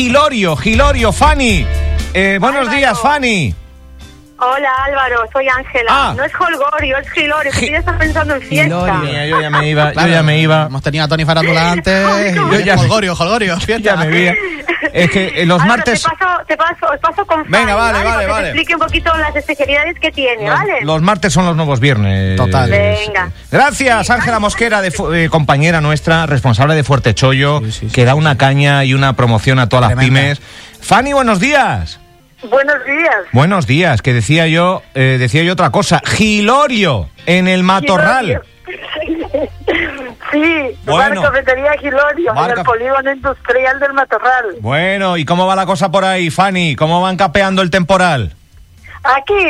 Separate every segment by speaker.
Speaker 1: Gilorio, Gilorio, Fanny. Eh, buenos
Speaker 2: Álvaro.
Speaker 1: días, Fanny.
Speaker 2: Hola Álvaro, soy Ángela.
Speaker 1: Ah.
Speaker 2: No es Holgorio, es Gilorio. que
Speaker 1: Gi-
Speaker 2: tú ya estás pensando en fiesta.
Speaker 3: Gilorio.
Speaker 1: Mira, yo ya me iba,
Speaker 3: Claro,
Speaker 1: yo ya me iba.
Speaker 3: Hemos tenido a Tony Farándula antes. eh,
Speaker 2: Yo
Speaker 3: y
Speaker 1: ya me-
Speaker 3: Holgorio, Holgorio,
Speaker 1: Ya
Speaker 3: fiesta.
Speaker 1: me iba. Es que eh, los
Speaker 2: Álvaro,
Speaker 1: martes.
Speaker 2: Te paso, te paso, os paso con Fanny,
Speaker 1: Venga, vale,
Speaker 2: Para
Speaker 1: vale,
Speaker 2: que
Speaker 1: vale.
Speaker 2: Te explique un poquito las especialidades que tiene,
Speaker 1: Los,
Speaker 2: ¿vale?
Speaker 1: los martes son los nuevos viernes.
Speaker 3: Total.
Speaker 2: Venga.
Speaker 1: Gracias, Ángela Mosquera, de Fu- eh, compañera nuestra, responsable de Fuerte Chollo,
Speaker 3: Sí, sí, sí.
Speaker 1: que da una caña y una promoción a todas
Speaker 3: Tremenda.
Speaker 1: las pymes. Fanny, buenos días.
Speaker 2: Buenos días.
Speaker 1: Buenos días, que decía yo, eh, decía yo otra cosa. Gilorio, en el matorral.
Speaker 2: Gilorio. sí,
Speaker 1: Bueno.
Speaker 2: bueno. cafetería Gilorio, en
Speaker 1: Barca-
Speaker 2: el polígono industrial del Matorral.
Speaker 1: Bueno, ¿y cómo va la cosa por ahí, Fanny? ¿Cómo van capeando el temporal?
Speaker 2: Aquí,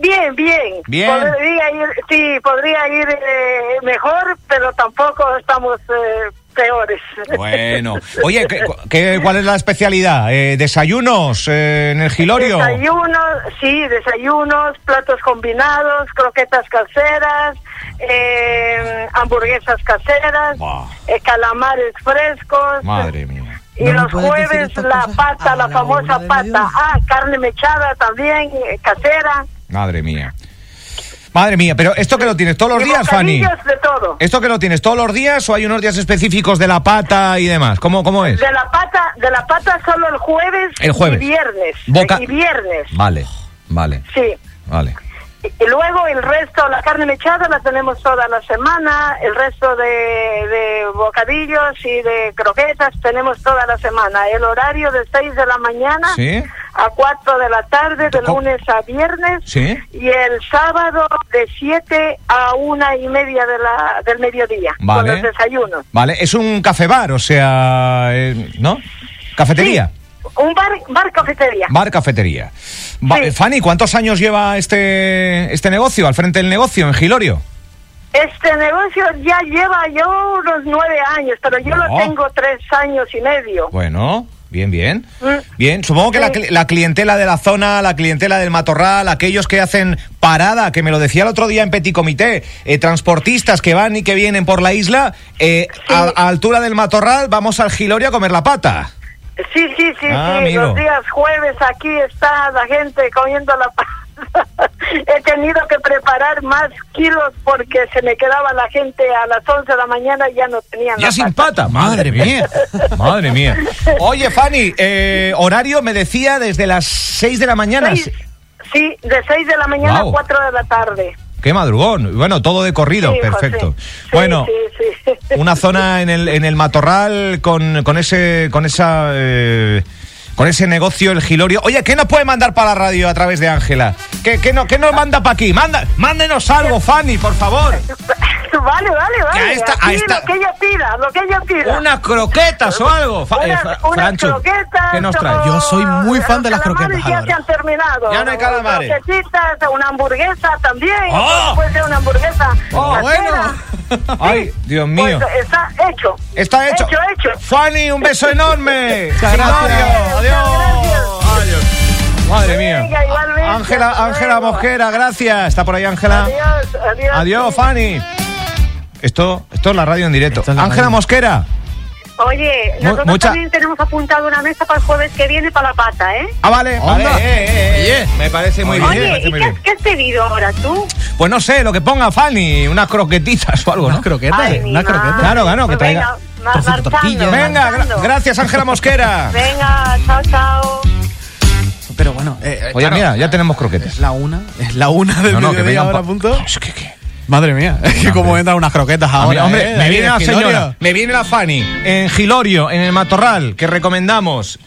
Speaker 2: bien, bien.
Speaker 1: Bien.
Speaker 2: Podría ir, sí, podría ir eh, mejor, pero tampoco estamos eh, peores.
Speaker 1: Bueno. Oye, ¿qué, cu- qué- cuál es la especialidad? Eh, ¿Desayunos eh, en el Gilorio?
Speaker 2: Desayunos, sí, desayunos, platos combinados, croquetas caseras, eh, hamburguesas caseras,
Speaker 1: Buah.
Speaker 2: eh, calamares frescos.
Speaker 1: Madre mía.
Speaker 2: Y
Speaker 3: No me
Speaker 2: los
Speaker 3: puedes decir
Speaker 2: jueves
Speaker 3: estas
Speaker 2: la
Speaker 3: cosas
Speaker 2: pata, la
Speaker 3: a la una
Speaker 2: famosa
Speaker 3: de
Speaker 2: pata.
Speaker 3: mediodía.
Speaker 2: Ah, carne mechada también, eh, casera.
Speaker 1: Madre mía. Madre mía, pero esto que lo tienes todos los
Speaker 2: Y
Speaker 1: días, Fanny. Eh.
Speaker 2: bocadillos de todo.
Speaker 1: ¿Esto que lo tienes todos los días o hay unos días específicos de la pata y demás? ¿Cómo, cómo es?
Speaker 2: De la pata, de la pata solo el jueves,
Speaker 1: El jueves.
Speaker 2: y viernes.
Speaker 1: Boca-
Speaker 2: Y viernes.
Speaker 1: Vale, vale,
Speaker 2: Sí.
Speaker 1: vale.
Speaker 2: Y y luego el resto, la carne mechada la tenemos toda la semana, el resto de, de bocadillos y de croquetas tenemos toda la semana. El horario de 6 de la mañana
Speaker 1: Sí.
Speaker 2: a 4 de la tarde, de
Speaker 1: ¿Cómo?
Speaker 2: lunes a viernes.
Speaker 1: Sí.
Speaker 2: Y el sábado de 7 a una y media de la, del mediodía,
Speaker 1: Vale.
Speaker 2: con los desayunos.
Speaker 1: Vale, es un café bar, o sea, eh, ¿no? Cafetería.
Speaker 2: Sí, un bar, bar cafetería.
Speaker 1: Bar, cafetería. Va-
Speaker 2: Sí.
Speaker 1: Fanny, ¿cuántos años lleva este, este negocio, al frente del negocio, en Gilorio?
Speaker 2: Este negocio ya lleva yo unos nueve años, pero yo
Speaker 1: No.
Speaker 2: lo tengo tres años y medio.
Speaker 1: Bueno, bien, bien.
Speaker 2: Mm.
Speaker 1: Bien, supongo que la,
Speaker 2: Sí.
Speaker 1: cli- la clientela de la zona, la clientela del matorral, aquellos que hacen parada, que me lo decía el otro día en Petit Comité, eh, transportistas que van y que vienen por la isla, eh, a, a altura del matorral vamos al Gilorio a comer la pata.
Speaker 2: Sí, sí, sí,
Speaker 1: Ah,
Speaker 2: sí.
Speaker 1: amigo.
Speaker 2: Los días jueves aquí está la gente comiendo la pasta. He tenido que preparar más kilos porque se me quedaba la gente a las 11 de la mañana y ya no tenían
Speaker 1: Ya
Speaker 2: la
Speaker 1: sin
Speaker 2: pasta.
Speaker 1: pata, madre mía. Madre mía. Oye, Fanny, eh, horario me decía desde las 6 de la mañana.
Speaker 2: Seis- sí, de 6 de la mañana
Speaker 1: Guau.
Speaker 2: a 4 de la tarde.
Speaker 1: Qué madrugón. Bueno, todo de corrido,
Speaker 2: Sí, hijo,
Speaker 1: perfecto.
Speaker 2: sí. Sí,
Speaker 1: Bueno,
Speaker 2: sí, sí.
Speaker 1: una zona en el, en el matorral con, con ese con esa eh, con ese negocio el Gilorio. Oye, ¿qué nos puede mandar para la radio a través de Ángela? ¿Qué, qué, no, qué nos manda para aquí? Manda, mándenos algo, Fanny, por favor.
Speaker 2: Vale, vale, vale.
Speaker 1: ahí está,
Speaker 2: Aquí
Speaker 1: ahí está.
Speaker 2: Lo que ella pida, lo que ella pida.
Speaker 1: Unas croquetas o algo. Fa- eh,
Speaker 2: Unas-
Speaker 1: Fra-
Speaker 2: unas
Speaker 1: Franchu,
Speaker 2: croquetas,
Speaker 1: ¿Qué nos traes?
Speaker 3: Yo soy muy
Speaker 2: los
Speaker 3: fan de las
Speaker 2: calamares
Speaker 3: croquetas,
Speaker 2: Ya se
Speaker 3: Álvaro.
Speaker 2: han terminado.
Speaker 1: Ya no hay calamares.
Speaker 2: Croquetitas, una hamburguesa también.
Speaker 1: ¡Oh!
Speaker 2: Después de una hamburguesa.
Speaker 1: ¡Oh,
Speaker 2: casera.
Speaker 1: bueno! ¡Ay, Dios mío!
Speaker 2: Pues está hecho.
Speaker 1: Está hecho.
Speaker 2: Hecho, hecho.
Speaker 1: Fanny, un beso enorme.
Speaker 3: Muchas gracias.
Speaker 1: Gilorio, Adiós.
Speaker 2: Muchas
Speaker 1: Adiós. Madre mía.
Speaker 2: Venga, igualmente,
Speaker 1: Ángela,
Speaker 2: hasta
Speaker 1: Ángela
Speaker 2: luego.
Speaker 1: Mosquera, gracias. Está por ahí Ángela.
Speaker 2: Adiós, adiós.
Speaker 1: Ah. Adiós, Fanny. Esto, esto es la radio en directo.
Speaker 3: Esto es la
Speaker 1: Ángela
Speaker 3: radio.
Speaker 1: Mosquera.
Speaker 2: Oye,
Speaker 1: Mu-
Speaker 2: nosotros
Speaker 1: mucha-
Speaker 2: también tenemos apuntado una mesa para el jueves que viene para la pata, ¿eh?
Speaker 1: Ah, vale.
Speaker 3: Onda.
Speaker 1: Vale, eh, eh, eh.
Speaker 3: Oye.
Speaker 1: Me parece muy bien. me
Speaker 2: Oye,
Speaker 1: parece
Speaker 2: ¿y
Speaker 1: muy
Speaker 2: qué,
Speaker 1: bien.
Speaker 2: qué has pedido ahora tú?
Speaker 1: Pues no sé, lo que ponga Fanny, unas croquetitas o algo, ¿no?
Speaker 3: Unas croquetas,
Speaker 2: Ay, mi
Speaker 3: unas
Speaker 2: madre.
Speaker 3: croquetas.
Speaker 1: eh, Claro, claro, que
Speaker 2: Pues
Speaker 1: traiga
Speaker 2: venga, mar-
Speaker 3: trocito de tortilla.
Speaker 2: marchando,
Speaker 1: Venga, gra-
Speaker 2: marchando.
Speaker 1: gracias Ángela Mosquera.
Speaker 2: Venga, chao, chao.
Speaker 3: Pero bueno, eh, eh,
Speaker 1: Oye,
Speaker 3: claro,
Speaker 1: mira, ya tenemos croquetas.
Speaker 3: Es la una, es la una del
Speaker 1: No, no, que
Speaker 3: mediodía
Speaker 1: vengan
Speaker 3: ahora
Speaker 1: pa-
Speaker 3: punto.
Speaker 1: Es que- que-
Speaker 3: Madre mía, es que como vendan unas croquetas
Speaker 1: A mí,
Speaker 3: ahora.
Speaker 1: hombre,
Speaker 3: eh,
Speaker 1: me
Speaker 3: ahí
Speaker 1: viene
Speaker 3: en
Speaker 1: la
Speaker 3: Gilorio.
Speaker 1: señora, me viene la Fanny en Gilorio, en el Matorral, que recomendamos.